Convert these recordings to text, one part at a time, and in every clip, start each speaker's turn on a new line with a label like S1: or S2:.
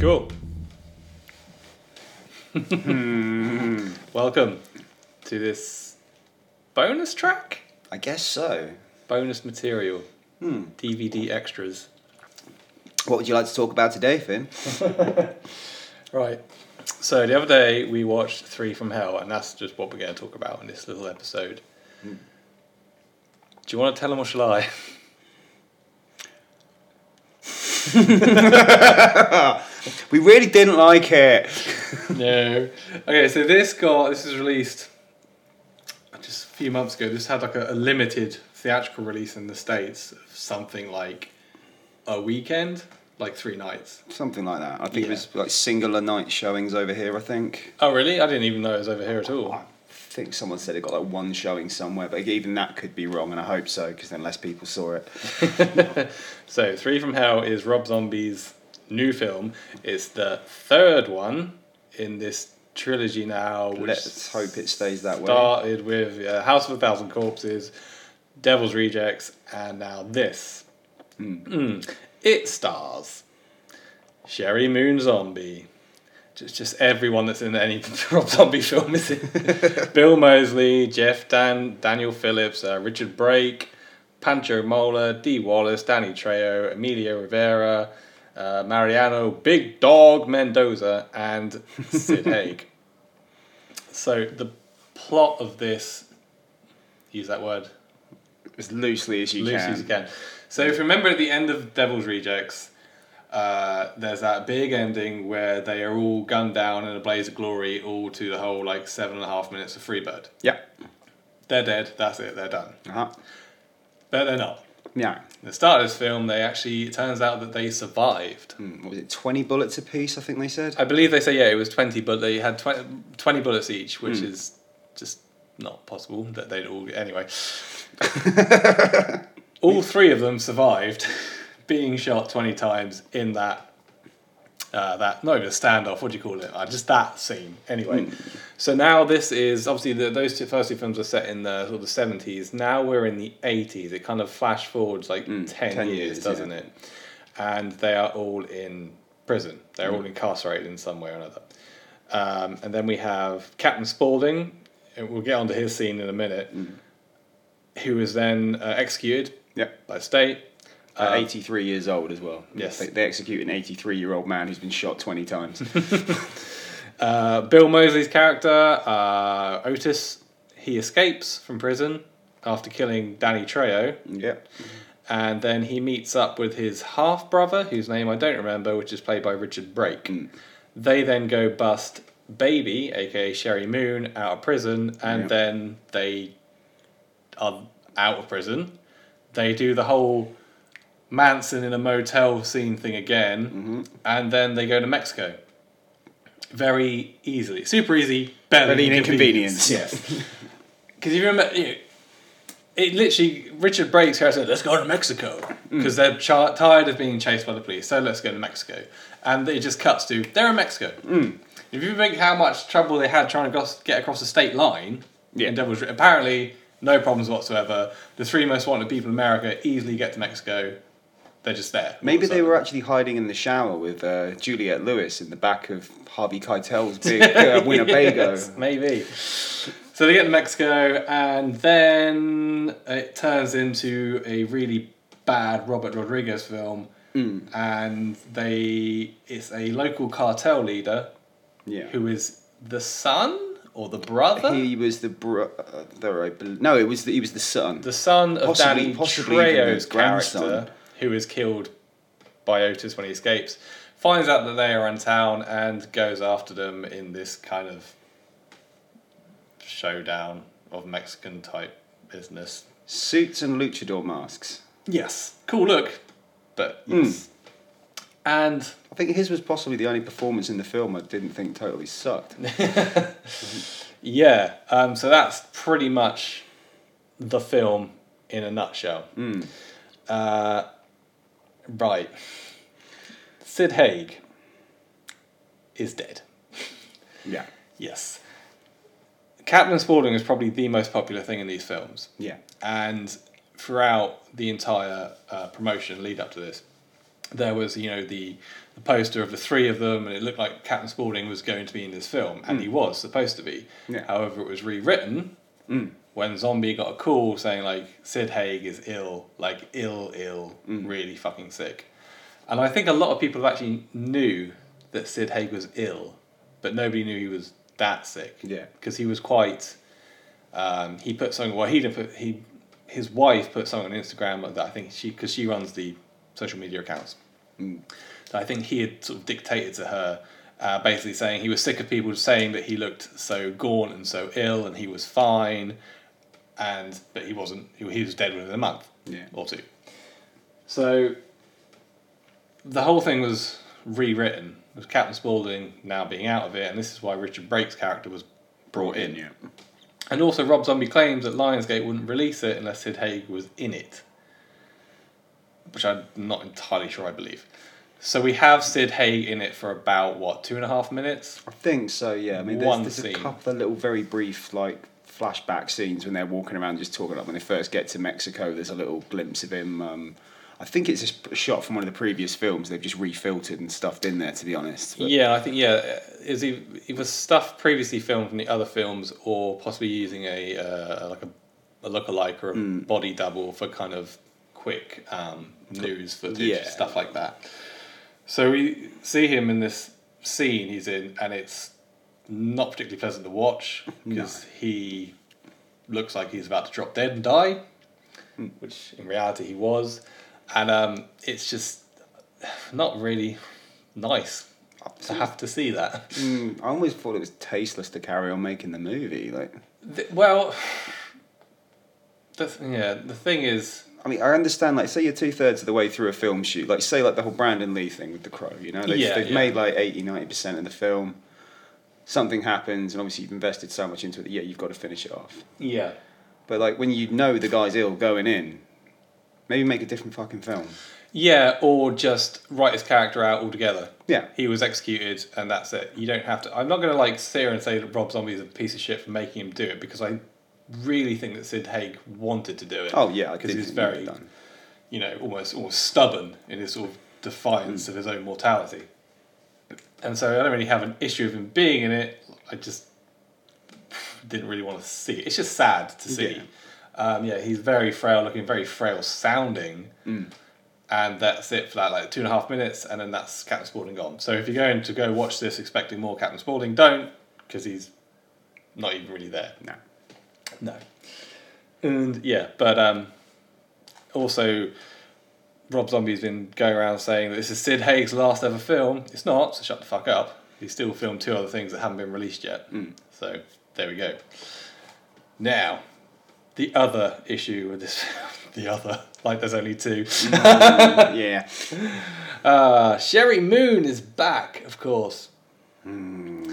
S1: Cool. Welcome to this bonus track,
S2: I guess so.
S1: bonus material, DVD extras.
S2: What would you like to talk about today, Finn?
S1: Right. So the other day we watched Three from Hell, and that's just what we're going to talk about in this little episode. Do you want to tell them or shall I?
S2: We really didn't like it.
S1: no. Okay, so this got this is released just a few months ago. This had like a, a limited theatrical release in the states of something like a weekend, like three nights.
S2: Something like that. I
S1: Yeah.
S2: think it was like singular night showings over here, I think.
S1: Oh, really? I didn't even know it was over here at all.
S2: I think someone said it got like one showing somewhere, but even that could be wrong, and I hope so, because then less people saw it.
S1: So, Three from Hell is Rob Zombie's new film. It's the third one in this trilogy now. Which
S2: Let's hope it stays that way.
S1: started with uh, House of a Thousand Corpses, Devil's Rejects, and now this.
S2: Hmm.
S1: Mm. It stars Sherry Moon Zombie. Just, just everyone that's in any Rob Zombie film is in. Bill Moseley, Jeff Dan, Daniel Phillips, uh, Richard Brake, Pancho Mola, Dee Wallace, Danny Trejo, Emilio Rivera, uh, Mariano, Big Dog Mendoza, and Sid Haig. So the plot of this, use that word
S2: As loosely as you
S1: loosely
S2: can.
S1: as you can. So if you remember at the end of Devil's Rejects, uh, there's that big ending where they are all gunned down in a blaze of glory, all to the whole like seven and a half minutes of Freebird.
S2: Yeah.
S1: They're dead. That's it. They're done.
S2: Uh-huh.
S1: But they're not.
S2: Yeah.
S1: At the start of this film, they actually it turns out that they survived.
S2: Hmm, What was it? Twenty bullets apiece, I think they said.
S1: I believe they say yeah, it was twenty, but they had 20, 20 bullets each, which
S2: Hmm.
S1: is just not possible that they'd all anyway. all three of them survived being shot twenty times in that uh, that no the standoff. What do you call it? Uh, just that scene anyway.
S2: Hmm.
S1: So now this is obviously the, those two first two films were set in the sort of seventies. Now we're in the eighties. It kind of flash forwards like ten,
S2: 10
S1: years,
S2: Hmm, years,
S1: doesn't
S2: yeah.
S1: it? And they are all in prison. They're
S2: Hmm.
S1: all incarcerated in some way or another. Um, and then we have Captain Spaulding, and we'll get onto his scene in a minute,
S2: Hmm.
S1: who was then uh, executed
S2: Yeah.
S1: by state.
S2: At 83 uh, years old as well.
S1: Yes.
S2: They, they execute an 83 year old man who's been shot 20 times.
S1: Uh, Bill Moseley's character, uh, Otis, he escapes from prison after killing Danny Trejo,
S2: yeah.
S1: and then he meets up with his half brother, whose name I don't remember, which is played by Richard Brake.
S2: Mm.
S1: They then go bust Baby, aka Sherry Moon, out of prison, and
S2: Yeah.
S1: then they are out of prison. They do the whole Manson in a motel scene thing again,
S2: Mm-hmm.
S1: and then they go to Mexico. Very easily, super easy, barely,
S2: Barely
S1: an
S2: an
S1: inconvenience.
S2: inconvenience.
S1: Yes, because you remember, you it literally Richard Brake's character said, "Let's go to Mexico"
S2: Mm.
S1: because they're char- tired of being chased by the police, so let's go to Mexico. And it just cuts to they're in Mexico.
S2: Mm.
S1: If you think how much trouble they had trying to gos- get across the state line
S2: Yeah.
S1: in Devil's Ri- apparently no problems whatsoever. The three most wanted people in America easily get to Mexico. They're just there.
S2: Maybe they
S1: Also.
S2: were actually hiding in the shower with uh, Juliet Lewis in the back of Harvey Keitel's big uh, Winnebago.
S1: Yes, maybe. So they get to Mexico, and then it turns into a really bad Robert Rodriguez film. And they, it's a local cartel leader
S2: Yeah.
S1: who is the son or the brother,
S2: He was the brother, I believe. No, it was the, he was the son.
S1: the son of
S2: Possibly-
S1: Danny
S2: possibly even
S1: Trejo's
S2: his grandson.
S1: character, who is killed by Otis when he escapes. Finds out that they are in town and goes after them in this kind of showdown of Mexican type business.
S2: Suits and luchador masks.
S1: Yes, cool look, but
S2: Hmm.
S1: yes. And
S2: I think his was possibly the only performance in the film I didn't think totally sucked.
S1: Yeah, um, so that's pretty much the film in a nutshell. Uh, right. Sid Haig is dead.
S2: Yeah.
S1: Yes. Captain Spaulding is probably the most popular thing in these films.
S2: Yeah.
S1: And throughout the entire uh, promotion lead up to this, there was, you know, the the poster of the three of them, and it looked like Captain Spaulding was going to be in this film, and he was supposed to be.
S2: Hmm. Yeah. Hmm.
S1: However, it was rewritten when Zombie got a call saying like Sid Haig is ill, like ill, ill,
S2: Hmm.
S1: really fucking sick, and I think a lot of people actually knew that Sid Haig was ill, but nobody knew he was that sick.
S2: Yeah.
S1: because he was quite. Um, he put something. Well, he didn't put he. His wife put something on Instagram that I think she because she runs the social media accounts. So I think he had sort of dictated to her, uh, basically saying he was sick of people saying that he looked so gaunt and so ill, and he was fine, and but he wasn't. He, he was dead within a month
S2: Yeah.
S1: or two. So the whole thing was rewritten. It was Captain Spaulding now being out of it, and this is why Richard Brake's character was brought in.
S2: yeah.
S1: And also, Rob Zombie claims that Lionsgate wouldn't release it unless Sid Haig was in it, which I'm not entirely sure I believe. So we have Sid Haig in it for about what two and a half minutes.
S2: I think so. Yeah, I mean,
S1: One
S2: there's, there's a
S1: scene.
S2: couple of little very brief like flashback scenes when they're walking around just talking. Like when they first get to Mexico, there's a little glimpse of him. Um, I think it's just a shot from one of the previous films. They've just refiltered and stuffed in there. To be honest, But-
S1: Yeah, I think yeah, uh, is he? It was stuff previously filmed from the other films, or possibly using a uh, like a, a lookalike or a
S2: Hmm.
S1: body double for kind of quick um, news footage,
S2: Yeah.
S1: stuff like that. So we see him in this scene he's in, and it's not particularly pleasant to watch because he looks like he's about to drop dead and die,
S2: Hmm.
S1: which in reality he was, and um, it's just not really nice to have to see that.
S2: Mm, I always thought it was tasteless to carry on making the movie. Like,
S1: Th- well, the th- yeah, the thing is,
S2: I mean, I understand. Like, say you're two thirds of the way through a film shoot. Like, say like the whole Brandon Lee thing with the Crow. You know, they've,
S1: Yeah,
S2: they've
S1: yeah.
S2: made like 80 90 percent of the film. Something happens, and obviously you've invested so much into it. That, yeah, you've got to finish it off.
S1: yeah,
S2: But like when you know the guy's ill going in, maybe make a different fucking film.
S1: yeah, or just write his character out altogether.
S2: Yeah.
S1: He was executed, and that's it. You don't have to. I'm not going to like sit here and say that Rob Zombie is a piece of shit for making him do it because I really think that Sid Haig wanted to do it.
S2: Oh yeah, I
S1: because
S2: did
S1: he's
S2: think you would've
S1: very, you know, almost almost stubborn in his sort of defiance of his own mortality. And so I don't really have an issue of him being in it. I just didn't really want to see it. It's just sad to see.
S2: Yeah.
S1: Um, yeah, he's very frail looking, very frail sounding. And that's it for that, like two and a half minutes, and then that's Captain Spaulding gone. So if you're going to go watch this expecting more Captain Spaulding, don't, because he's not even really there.
S2: No.
S1: No. And yeah, but um, also, Rob Zombie's been going around saying that this is Sid Haig's last ever film. It's not, so shut the fuck up. He's still filmed two other things that haven't been released yet. So there we go. Now, the other issue with this film, the other, like there's only two.
S2: Um, yeah.
S1: Uh, Sherry Moon is back, of course.
S2: Hmm.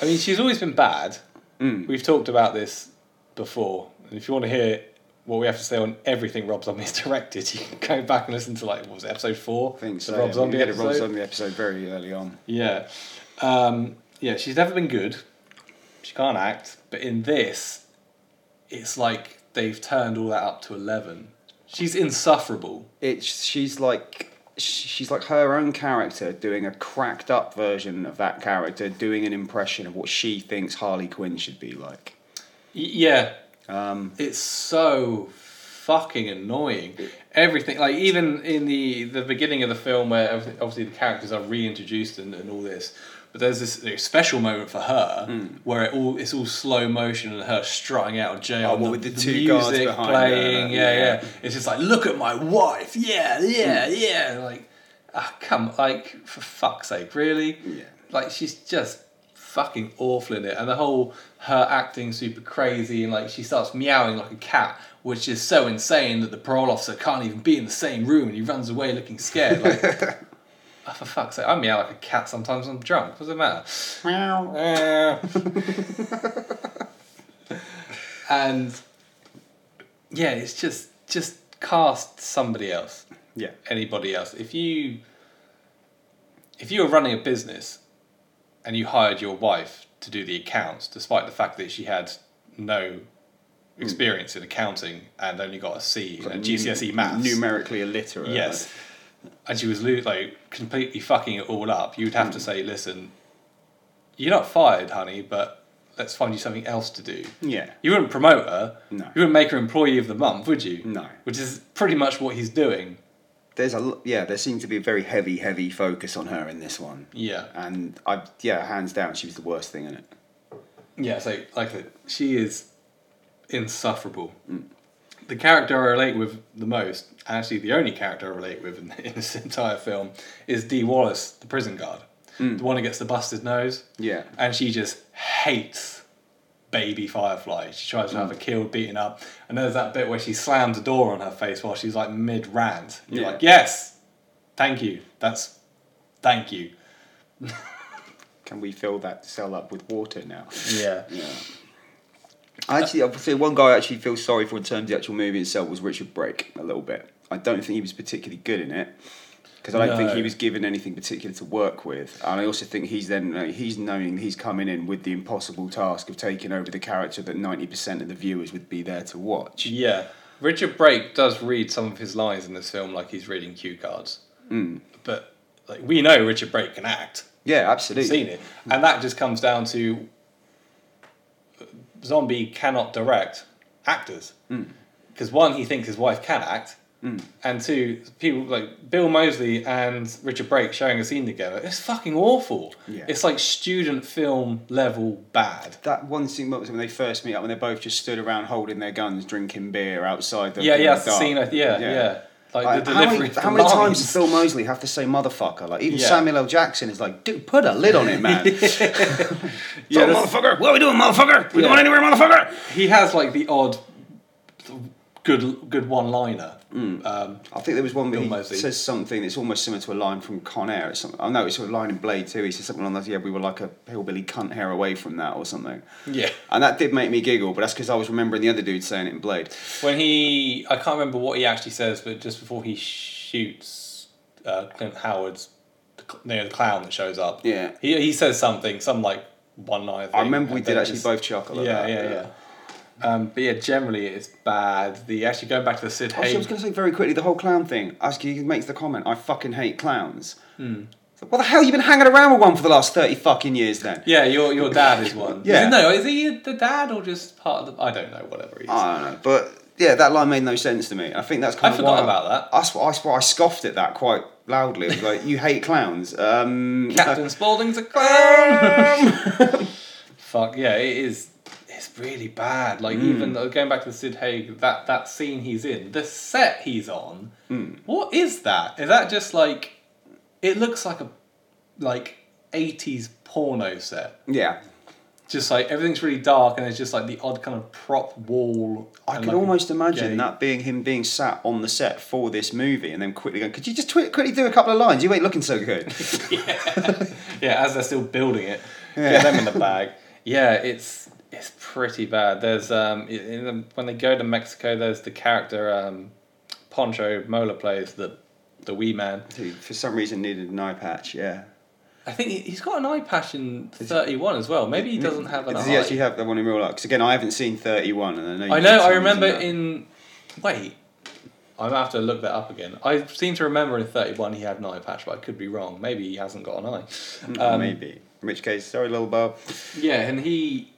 S1: I mean, she's always been bad.
S2: Hmm.
S1: We've talked about this before. And if you want to hear what we have to say on everything Rob Zombie's directed, you can go back and listen to, like, what was it, episode four?
S2: I think
S1: The
S2: so.
S1: Rob
S2: yeah.
S1: Zombie
S2: we did a Rob
S1: episode?
S2: Zombie episode very early on.
S1: Yeah. Um, yeah, she's never been good. She can't act. But in this, it's like they've turned all that up to 11. She's insufferable.
S2: It's she's like sh- she's like her own character doing a cracked up version of that character doing an impression of what she thinks Harley Quinn should be like.
S1: Y- yeah,
S2: Um,
S1: it's so fucking annoying. Everything, like even in the the beginning of the film, where obvi- obviously the characters are reintroduced and, and all this, but there's this uh, special moment for her
S2: Hmm.
S1: where it all it's all slow motion and her strutting out of jail,
S2: Oh,
S1: and
S2: well, with the two guards behind her,
S1: playing, yeah,
S2: yeah.
S1: yeah, It's just like look at my wife, yeah, yeah, yeah. Like, ah, come, like for fuck's sake, really?
S2: Yeah.
S1: Like she's just fucking awful in it, and the whole her acting super crazy, and like she starts meowing like a cat, which is so insane that the parole officer can't even be in the same room, and he runs away looking scared. Like, ah, for fuck's sake, I meow like a cat sometimes. when I'm drunk. What's the matter?
S2: meow.
S1: Uh. and yeah, it's just just cast somebody else
S2: yeah.
S1: anybody else. If you if you were running a business and you hired your wife to do the accounts, despite the fact that she had no experience in accounting and only got a C in her
S2: Like
S1: GCSE
S2: nu-
S1: maths.
S2: Numerically illiterate.
S1: yes. and she was lo- like completely fucking it all up, you would
S2: Hmm.
S1: have to say, "Listen, you're not fired, honey, but let's find you something else to do."
S2: Yeah.
S1: You wouldn't promote her.
S2: Hmm. No.
S1: You wouldn't make her employee of the month, would you?
S2: No.
S1: Which is pretty much what he's doing.
S2: There's a l- yeah. There seems to be a very heavy, heavy focus on her in this one.
S1: Yeah.
S2: And I yeah, hands down, she was the worst thing in it.
S1: Yeah, so like that, she is insufferable.
S2: Hmm.
S1: The character I relate with the most, actually the only character I relate with in, in this entire film, is Dee Wallace, the prison guard,
S2: Hmm.
S1: the one who gets the busted nose,
S2: Yeah.
S1: and she just hates baby Firefly. She tries to have her killed, beaten up, and there's that bit where she slams the door on her face while she's like mid rant. You're
S2: Yeah.
S1: like, yes, thank you. That's thank you.
S2: Can we fill that cell up with water now?
S1: Yeah.
S2: Yeah. I actually, I'll say one guy I actually feel sorry for in terms of the actual movie itself was Richard Brake a little bit. I don't think he was particularly good in it because I don't think
S1: No.
S2: he was given anything particular to work with. And I also think he's then like, he's knowing he's coming in with the impossible task of taking over the character that ninety percent of the viewers would be there to watch.
S1: Yeah. Richard Brake does read some of his lines in this film like he's reading cue cards. Mm. But like we know Richard Brake can act.
S2: Yeah,
S1: We've
S2: absolutely.
S1: seen it. And that just comes down to uh, Zombie cannot direct actors.
S2: Hmm.
S1: Because one, he thinks his wife can act. And two, people like Bill Moseley and Richard Brake sharing a scene together. It's fucking awful.
S2: Yeah.
S1: It's like student film level bad.
S2: That one scene was when they first meet up, when they both just stood around holding their guns, drinking beer outside the
S1: Yeah,
S2: in
S1: yeah,
S2: the
S1: it's the
S2: dark.
S1: scene. I- Yeah, yeah. Like,
S2: Like,
S1: the
S2: how
S1: delivery.
S2: many,
S1: of the
S2: how many times
S1: lines.
S2: does Bill Moseley have to say motherfucker? Like even
S1: Yeah.
S2: Samuel L. Jackson is like, dude, put a lid on it, man.
S1: Yeah,
S2: yeah,
S1: that's-
S2: motherfucker. What are we doing, motherfucker? We
S1: Yeah.
S2: going anywhere, motherfucker?
S1: he has like the odd good good one liner.
S2: Hmm.
S1: Um,
S2: I think there was one where
S1: Bill
S2: he
S1: Moseley.
S2: says something that's almost similar to a line from Con Air. It's some, I know it's a line in Blade too. He says something along those. Yeah, we were like a hillbilly cunt hair away from that or something.
S1: yeah.
S2: And that did make me giggle, but that's because I was remembering the other dude saying it in Blade.
S1: When he, I can't remember what he actually says, but just before he shoots uh, Clint Howard's, the, cl- you know, the clown that shows up.
S2: Yeah.
S1: He, he says something, some like one liner thing.
S2: I remember we
S1: and
S2: did
S1: then
S2: actually
S1: just-
S2: both chuckle at
S1: Yeah,
S2: that.
S1: yeah, yeah. Um, but yeah, generally it's bad. The actually going back to the Sid
S2: Actually, I was
S1: Haig.
S2: going to say very quickly the whole clown thing. Actually, he makes the comment, "I fucking hate clowns."
S1: Hmm.
S2: So what the hell? You've been hanging around with one for the last thirty fucking years, then?
S1: Yeah, your your dad is one. Is
S2: Yeah.
S1: it- no, is he the dad or just part of the? I don't know. Whatever he is.
S2: I don't know, but yeah, that line made no sense to me. I think that's kind
S1: I
S2: of
S1: forgot
S2: why
S1: about that.
S2: That's why, that's why I scoffed at that quite loudly. It was like, you hate clowns. Um, uh,
S1: Captain Spaulding's a clown. Fuck yeah, it is. It's really bad. Like
S2: Hmm.
S1: even though, going back to Sid Haig, that that scene he's in, the set he's on.
S2: Hmm.
S1: What is that? Is that just like? It looks like a like eighties porno set.
S2: yeah,
S1: Just like everything's really dark, and there's just like the odd kind of prop wall.
S2: I
S1: and,
S2: could
S1: like, a
S2: almost imagine
S1: gay-
S2: that being him being sat on the set for this movie and then quickly going, could you just twi- quickly do a couple of lines? You ain't looking so good.
S1: yeah, as they're still building it,
S2: Yeah.
S1: get them in the bag. Yeah, it's it's pretty bad. There's um i- in the, when they go to Mexico, there's the character um, Poncho Mola plays the the wee man.
S2: Dude, for some reason, needed an eye patch, yeah.
S1: I think he- he's got an eye patch in thirty one as well. Maybe he doesn't have an
S2: Does
S1: eye.
S2: he actually have the one in real life? Because again, I haven't seen 31 and I know you
S1: I
S2: did
S1: know. I
S2: for some
S1: remember
S2: reason that.
S1: in wait. I'm gonna have to look that up again. I seem to remember in 31 he had an eye patch, but I could be wrong. Maybe he hasn't got an eye.
S2: Oh, maybe. In which case, sorry, little Bob.
S1: Yeah, and he,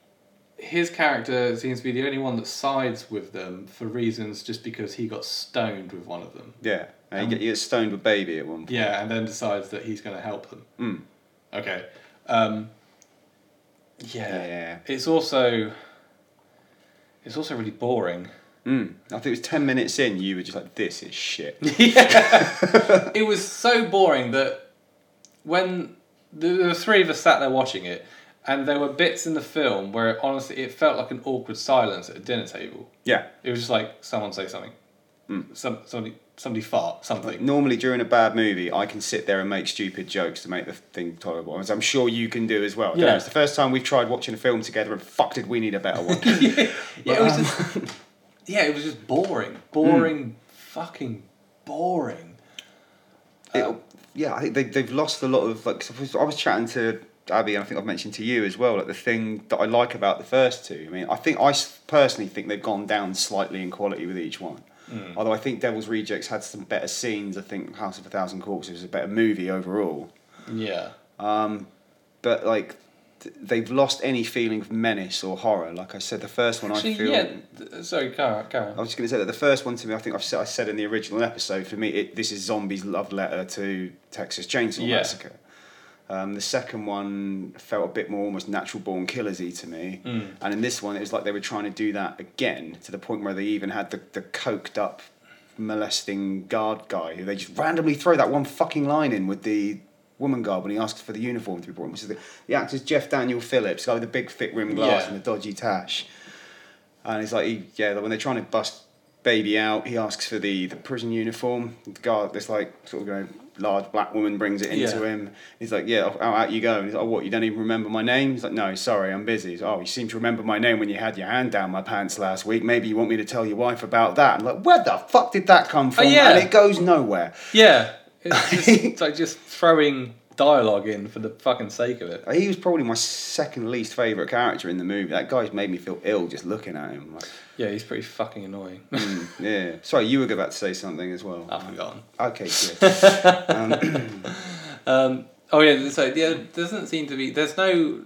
S1: his character seems to be the only one that sides with them for reasons just because he got stoned with one of them.
S2: Yeah.
S1: Um,
S2: And you, get, you get stoned with baby at one point.
S1: Yeah, and then decides that he's going to help them.
S2: Hmm.
S1: Okay. Um, yeah.
S2: Yeah, yeah,
S1: It's also, it's also really boring.
S2: yeah. Mm. I think it was 10 minutes in, you were just like, this is shit.
S1: it was so boring that when the, the three of us sat there watching it, and there were bits in the film where honestly it felt like an awkward silence at a dinner table.
S2: yeah.
S1: It was just like someone say something, some somebody somebody fart something.
S2: Normally, during a bad movie, I can sit there and make stupid jokes to make the thing tolerable, as I'm sure you can do as well. I don't
S1: Yeah.
S2: know, it's the first time we've tried watching a film together, and fuck, did we need a better one?
S1: yeah, it was just, yeah, it was just boring, boring, fucking boring. Um,
S2: It'll, yeah, I think they, they've lost a lot of like. 'cause I was- I was chatting to Abby, and I think I've mentioned to you as well. Like the thing that I like about the first two. I mean, I think I s- personally think they've gone down slightly in quality with each one.
S1: Hmm.
S2: Although I think Devil's Rejects had some better scenes. I think House of a Thousand Corpses was a better movie overall.
S1: Yeah.
S2: But like, th- they've lost any feeling of menace or horror. Like I said, the first one
S1: Actually,
S2: I feel.
S1: yeah. th- uh, Sorry, Karen. Karen.
S2: I was just going to say that the first one to me, I think I've said, I said in the original episode, for me, it, this is Zombie's love letter to Texas Chainsaw
S1: Yeah.
S2: Massacre. Um, the second one felt a bit more almost natural born killers y to me.
S1: Mm.
S2: And in this one, it was like they were trying to do that again to the point where they even had the, the coked up molesting guard guy who they just randomly throw that one fucking line in with the woman guard when he asks for the uniform to be brought in. Which is the, the actor's Jeff Daniel Phillips, guy with the big thick rimmed glass
S1: Yeah.
S2: and the dodgy tash. And it's like, he, yeah, when they're trying to bust baby out, he asks for the, the prison uniform. The guard, this like sort of you know, large black woman brings it into
S1: Yeah.
S2: him. He's like, yeah, out, out you go. And he's like, oh, what? You don't even remember my name? He's like, no, sorry, I'm busy. He's like, oh, you seem to remember my name when you had your hand down my pants last week. Maybe you want me to tell your wife about that. I'm like, where the fuck did that come from?
S1: Oh, yeah.
S2: And it goes nowhere.
S1: Yeah. It's, just, it's like just throwing dialogue in for the fucking sake of it.
S2: He was probably my second least favourite character in the movie. That guy's made me feel ill just looking at him. Like, hmm,
S1: Yeah, he's pretty fucking annoying. Oh,
S2: yeah. Sorry, you were about to say something as well.
S1: I've forgotten.
S2: Okay, good.
S1: Um, oh yeah, so yeah, doesn't seem to be. There's no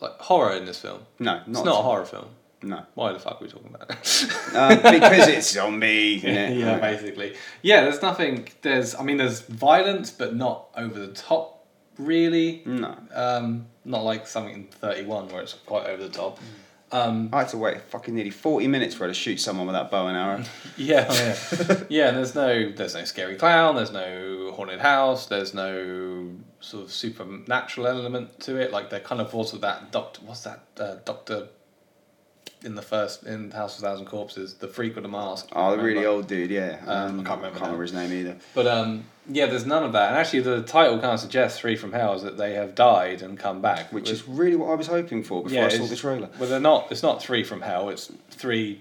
S1: like horror in this film.
S2: No, not,
S1: It's not a horror film.
S2: No,
S1: Why the fuck are we talking about it?
S2: um, because it's zombie. innit?
S1: yeah, basically. Yeah, there's nothing. There's, I mean, there's violence, but not over the top, really.
S2: No,
S1: Um, not like something in 31 where it's quite over the top. Um,
S2: I had to wait fucking nearly forty minutes for her to shoot someone with that bow and arrow.
S1: yeah, oh, yeah, yeah. And there's no, there's no scary clown. There's no haunted house. There's no sort of supernatural element to it. Like there kind of was with that doctor. What's that uh, doctor? In the first in House of Thousand Corpses, the freak with the mask.
S2: Oh, the really
S1: Remember?
S2: old dude, yeah.
S1: Um, I can't remember now.
S2: his name either.
S1: But um, yeah, there's none of that. And actually, the title kind of suggests Three from Hell is that they have died and come back,
S2: Which is really what I was hoping for before I saw
S1: it's-
S2: the trailer.
S1: Well, they're not. It's not three from hell. It's three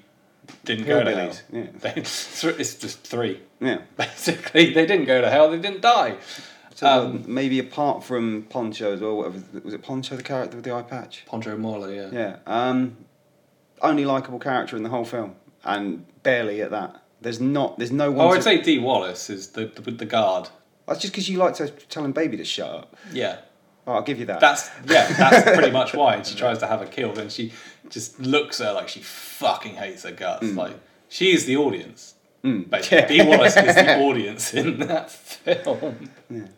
S1: didn't go to hell.
S2: Hillbillies, yeah.
S1: They- it's just three.
S2: Yeah.
S1: Basically, they didn't go to hell. They didn't die.
S2: So um, maybe apart from Poncho as well, whatever was it Poncho the character with the eye patch?
S1: Poncho Morla, yeah.
S2: Yeah. Um, only likable character in the whole film, and barely at that. There's not. There's no one.
S1: Oh,
S2: to-
S1: I'd say D. Wallace is the the, the guard.
S2: That's just because you like to telling baby to shut up.
S1: Yeah.
S2: Oh, I'll give you that.
S1: That's yeah. That's pretty much why she tries to have her killed, and she just looks at her like she fucking hates her guts. Like she is the audience. Basically,
S2: Mm. Yeah.
S1: D. Wallace is the audience in that film.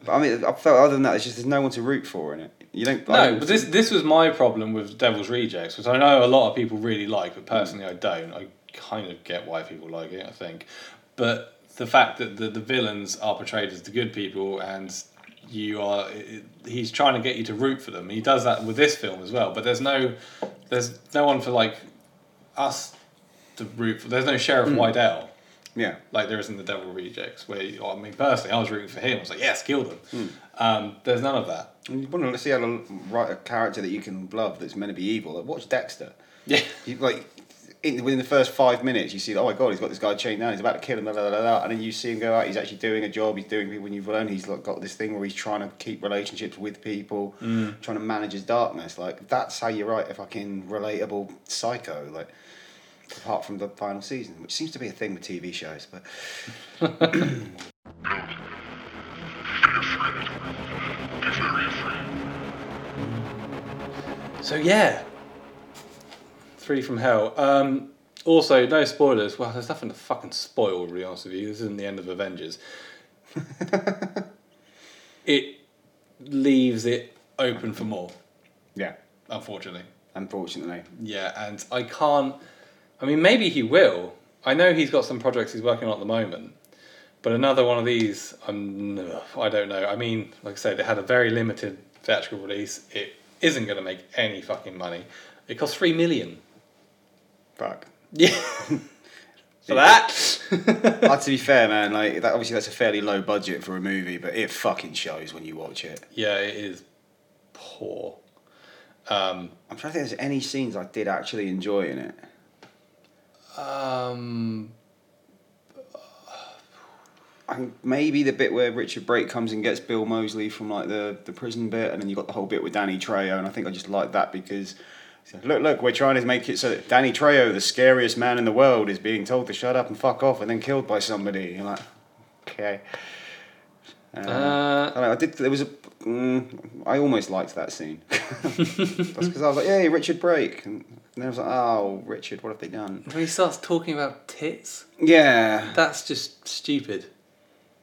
S2: But I mean, I felt other than that, it's just there's no one to root for in it. You don't. I
S1: No,
S2: don't-
S1: but this this was my problem with Devil's Rejects, which I know a lot of people really like, but personally I don't. I kind of get why people like it, I think. But the fact that the, the villains are portrayed as the good people and you are it- it- he's trying to get you to root for them. He does that with this film as well, but there's no there's no one for like us to root for. There's no Sheriff Wydell
S2: Yeah.
S1: like there is in the Devil Rejects where you, I mean personally I was rooting for him. I was like, yes, kill them. Um, there's none of that.
S2: You want to see how to write a character that you can love that's meant to be evil. Like, watch Dexter.
S1: Yeah.
S2: You, like, in, within the first five minutes, you see, oh my god, he's got this guy chained down, he's about to kill him, blah, blah, blah, blah. and then you see him go out, he's actually doing a job, he's doing people you've learned, he's like, got this thing where he's trying to keep relationships with people,
S1: Mm.
S2: trying to manage his darkness. Like, that's how you write a fucking relatable psycho, like, apart from the final season, which seems to be a thing with TV shows, but.
S1: So yeah, three from hell. Um, also, no spoilers. Well, there's nothing to fucking spoil. To be honest with you, this isn't the end of Avengers. it leaves it open for more,
S2: Yeah,
S1: unfortunately.
S2: unfortunately.
S1: Yeah, and I can't. I mean, maybe he will. I know he's got some projects he's working on at the moment, but another one of these, I'm, I don't know. I mean, like I say, they had a very limited theatrical release. It isn't going to make any fucking money. It cost three million.
S2: Fuck.
S1: Yeah. For that.
S2: uh, to be fair, man, like that, obviously that's a fairly low budget for a movie, but it fucking shows when you watch it.
S1: yeah, it is poor. Um,
S2: I'm trying to think if there's any scenes I did actually enjoy in it.
S1: um,
S2: I think maybe the bit where Richard Brake comes and gets Bill Mosley from like the, the prison bit, and then you got the whole bit with Danny Trejo, and I think I just liked that because He's like, look, look, we're trying to make it so that Danny Trejo, the scariest man in the world, is being told to shut up and fuck off and then killed by somebody. You're like, okay. Uh, I, don't know, I did. There was a. Mm, I almost liked that scene. That's because I was like, "Yay, Richard Brake!" And then I was like, "Oh, Richard, what have they done?"
S1: When he starts talking about tits,
S2: Yeah,
S1: that's just stupid.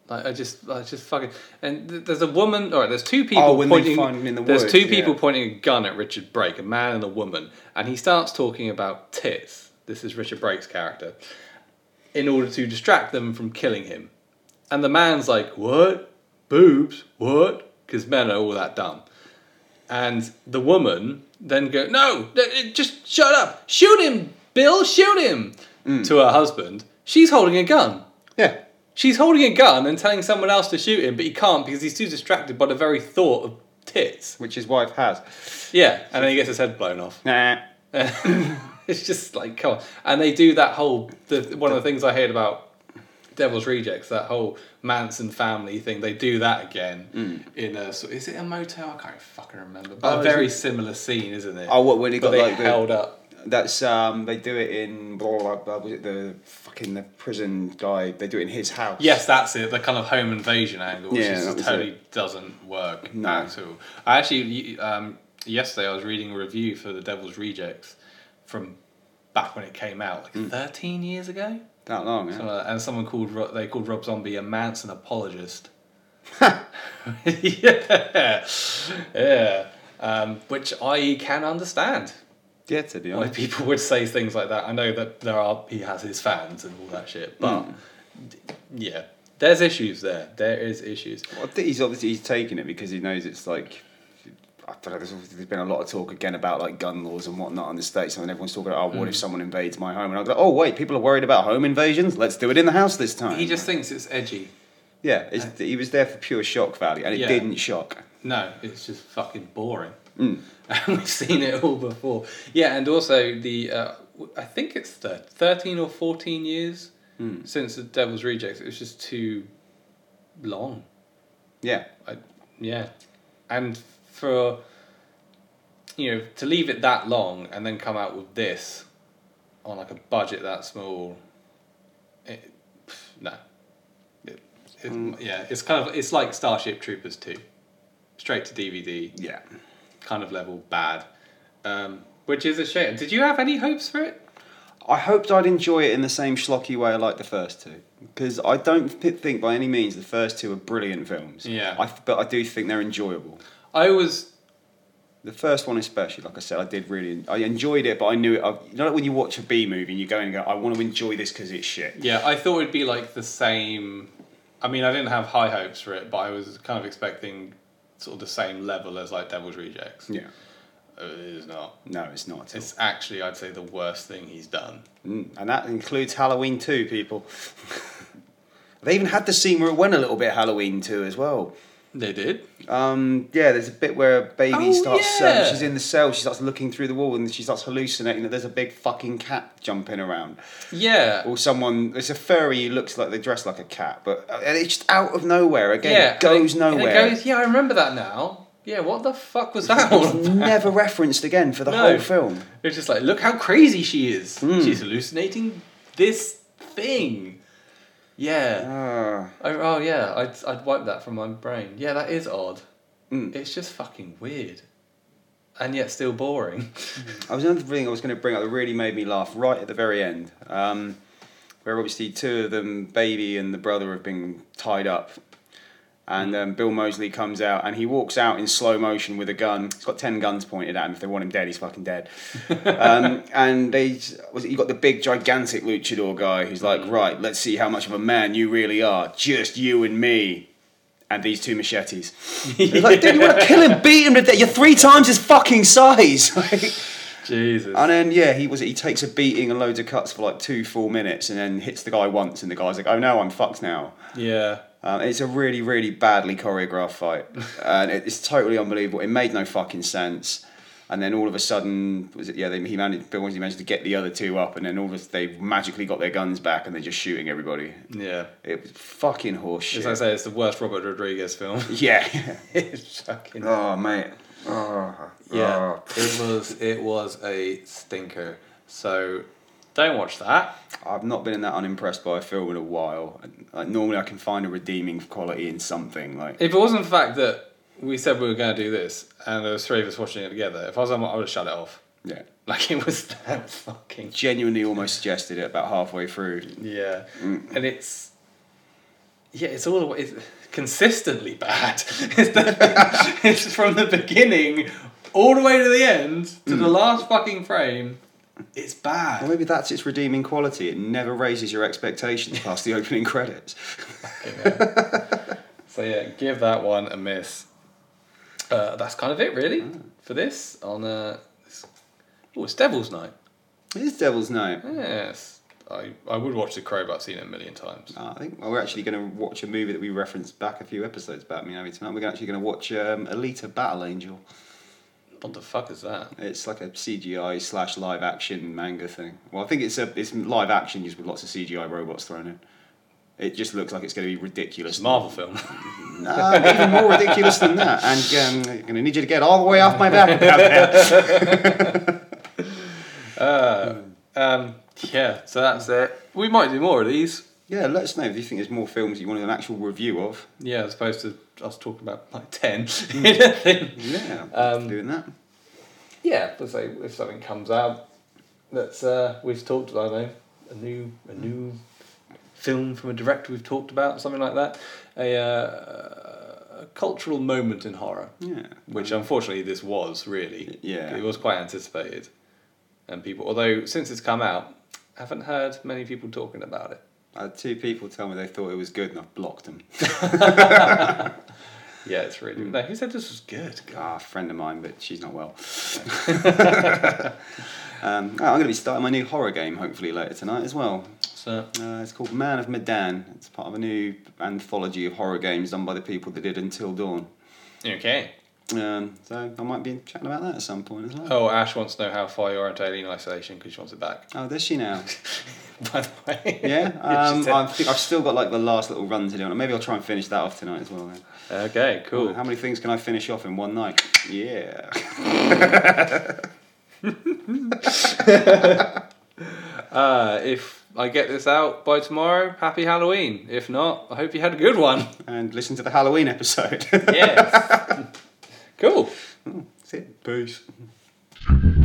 S1: Like I just, I just fucking. And th- there's a woman. All right, there's two people
S2: Oh, when they
S1: pointing.
S2: find him in the
S1: there's
S2: woods,
S1: two people
S2: yeah.
S1: pointing a gun at Richard Brake, a man and a woman, and he starts talking about tits. This is Richard Brake's character, in order to distract them from killing him. And the man's like, "What? Boobs? What?" Because men are all that dumb. And the woman then go, "No, th- th- just shut up! Shoot him, Bill! Shoot him!"
S2: Mm.
S1: To her husband. She's holding a gun.
S2: yeah.
S1: She's holding a gun and telling someone else to shoot him, but he can't because he's too distracted by the very thought of tits.
S2: Which his wife has.
S1: Yeah, and then he gets his head blown off.
S2: Nah.
S1: it's just like come on. And they do that whole the, one of the things I heard about Devil's Rejects, that whole Manson family thing. They do that again in a sort- is it a motel? I can't fucking remember. But
S2: Hmm. Oh,
S1: a
S2: is
S1: very similar scene, isn't it?
S2: Oh, what when he
S1: But
S2: got
S1: they
S2: like the
S1: held up.
S2: That's um. They do it in blah blah blah. Was it the fucking the prison guy? They do it in his house.
S1: Yes, that's it. The kind of home invasion angle, which
S2: Yeah,
S1: is
S2: that was
S1: totally doesn't work
S2: No.
S1: at all. I actually um, yesterday I was reading a review for The Devil's Rejects from back when it came out, like
S2: Mm.
S1: thirteen years ago,
S2: That long. Yeah.
S1: Something like that. and someone called Ro- they called Rob Zombie a Manson apologist. yeah, yeah. Um, which I can understand
S2: yeah. To be
S1: why
S2: honest.
S1: people would say things like that. I know that there are he has his fans and all that shit, but d- yeah, there's issues there. There is issues.
S2: Well, I think he's obviously he's taking it because he knows it's like. I don't know. There's, obviously- there's been a lot of talk again about like gun laws and whatnot in the states, and then everyone's talking about, oh,
S1: Mm.
S2: what if someone invades my home? And I go, oh wait, people are worried about home invasions. Let's do it in the house this time.
S1: He just thinks it's edgy.
S2: yeah, it's, he was there for pure shock value, and it
S1: Yeah.
S2: didn't shock.
S1: No, it's just fucking boring. And we've seen it all before. Yeah, and also the uh, w- I think it's thir- thirteen or fourteen years since the Devil's Rejects. It was just too long.
S2: Yeah,
S1: I, yeah, and for you know to leave it that long and then come out with this on like a budget that small, it, pff, no, it, it, yeah, it's kind of it's like Starship Troopers two, straight to DVD
S2: yeah.
S1: kind of level bad, um, which is a shame. Did you have any hopes for it?
S2: I hoped I'd enjoy it in the same schlocky way I liked the first two, because I don't th- think by any means the first two are brilliant films.
S1: Yeah.
S2: I, but I do think they're enjoyable.
S1: I was
S2: The first one, especially, like I said, I did really, I enjoyed it, but I knew it. I, you know, like when you watch a B movie and you go in and go, I want to enjoy this because it's shit.
S1: yeah I thought it'd be like the same. I mean, I didn't have high hopes for it, but I was kind of expecting sort of the same level as like Devil's Rejects.
S2: Yeah.
S1: Uh, It is not.
S2: No, it's not. At all.
S1: It's actually, I'd say, the worst thing he's done.
S2: Mm, and that includes Halloween too, people. they even had the scene where it went a little bit Halloween too as well.
S1: They did.
S2: Um, yeah, there's a bit where a baby
S1: Oh,
S2: starts.
S1: yeah.
S2: Um, she's in the cell. She starts looking through the wall, and she starts hallucinating that there's a big fucking cat jumping around,
S1: Yeah.
S2: or someone. It's a furry who looks like they dress like a cat, but uh, and it's just out of nowhere again.
S1: yeah.
S2: it goes
S1: and it- and
S2: nowhere.
S1: it goes, yeah, I remember that now. Yeah, what the fuck was that all
S2: It's
S1: about?
S2: never referenced again for the
S1: No.
S2: whole film.
S1: It's just like, look how crazy she is.
S2: Hmm.
S1: She's hallucinating this thing. Yeah.
S2: Ah,
S1: I, oh, yeah, I'd, I'd wipe that from my brain. Yeah, that is odd.
S2: Mm.
S1: It's just fucking weird. And yet still boring.
S2: I was another thing I was going to bring up that really made me laugh right at the very end, um, where obviously two of them, baby and the brother, have been tied up, and um, Bill Mosley comes out and he walks out in slow motion with a gun. He's got ten guns pointed at him. If they want him dead, he's fucking dead. um, and they was it- you got the big gigantic luchador guy who's like, right, let's see how much of a man you really are. Just you and me. And these two machetes. It's like, dude, you want to kill him, beat him to death. You're three times his fucking size. Like-
S1: Jesus.
S2: and then yeah, he was he takes a beating and loads of cuts for like two full minutes, and then hits the guy once, and the guy's like, "Oh no, I'm fucked now."
S1: Yeah.
S2: Um, it's a really really badly choreographed fight, and it, it's totally unbelievable. It made no fucking sense. And then all of a sudden, was it? Yeah, they, he managed. Bill Wimsey managed to get the other two up, and then all of a, they magically got their guns back, and they're just shooting everybody.
S1: Yeah.
S2: It was fucking horseshit.
S1: As I say, it's the worst Robert Rodriguez film.
S2: yeah.
S1: it's fucking.
S2: oh mate.
S1: Yeah, it was it was a stinker. So don't watch that.
S2: I've not been that unimpressed by a film in a while. And, Like normally, I can find a redeeming quality in something. Like
S1: If it wasn't the fact that we said we were going to do this and there was three of us watching it together, if I was on, I would have shut it off.
S2: yeah,
S1: Like it was that fucking
S2: genuinely almost suggested it about halfway through.
S1: yeah, and it's yeah, it's all it's consistently bad. It's, the, it's from the beginning all the way to the end to the last fucking frame. It's
S2: Well,
S1: bad.
S2: maybe that's its redeeming quality. It never raises your expectations past the opening credits.
S1: So yeah, give that one a miss. Uh, that's kind of it really for this on uh, this- oh it's Devil's Night.
S2: It is Devil's Night.
S1: Yes. I, I would watch The Crow, but I've seen it a million times.
S2: Uh, I think well, we're actually going to watch a movie that we referenced back a few episodes back. Me and Abby tonight. We're actually going to watch um, Alita: Battle Angel.
S1: What the fuck is that?
S2: It's like a CGI slash live action manga thing. Well, I think it's a it's live action just with lots of CGI robots thrown in. It just looks like it's going to be ridiculous.
S1: It's a Marvel film.
S2: No, even more ridiculous than that. And um, I'm going to need you to get all the way off my back about that.
S1: um, yeah, so that's it. We might do more of these.
S2: Yeah, let us know if you think there's more films you wanted an actual review of.
S1: Yeah, as opposed to us talking about like 10 in a thing.
S2: Yeah,
S1: Um,
S2: doing that.
S1: Yeah, let's say if something comes out that's uh, we've talked I don't know, a new a new film from a director we've talked about, something like that. A, uh, a cultural moment in horror.
S2: Yeah.
S1: which unfortunately this was really.
S2: Yeah.
S1: It was quite anticipated, and people, although since it's come out, haven't heard many people talking about it.
S2: I had uh, two people tell me they thought it was good and I've blocked them.
S1: Yeah, it's really. No, who said this was good? God.
S2: Ah, a friend of mine, but she's not well. um, oh, I'm going to be starting my new horror game hopefully later tonight as well.
S1: So
S2: Uh, it's called Man of Medan. It's part of a new anthology of horror games done by the people that did Until Dawn.
S1: okay.
S2: Um, so I might be chatting about that at some point as well.
S1: Oh, Ash wants to know how far you are into Alien Isolation because she wants it back.
S2: Oh, there's she now.
S1: By the way.
S2: Yeah,
S1: she
S2: um,
S1: said-
S2: I think I've still got like the last little run to do, and maybe I'll try and finish that off tonight as well. Then.
S1: Okay. Cool.
S2: How many things can I finish off in one night? Yeah.
S1: Uh, if I get this out by tomorrow, happy Halloween. If not, I hope you had a good one.
S2: and listen to the Halloween episode.
S1: Yes. cool.
S2: That's it. Peace.
S3: Thank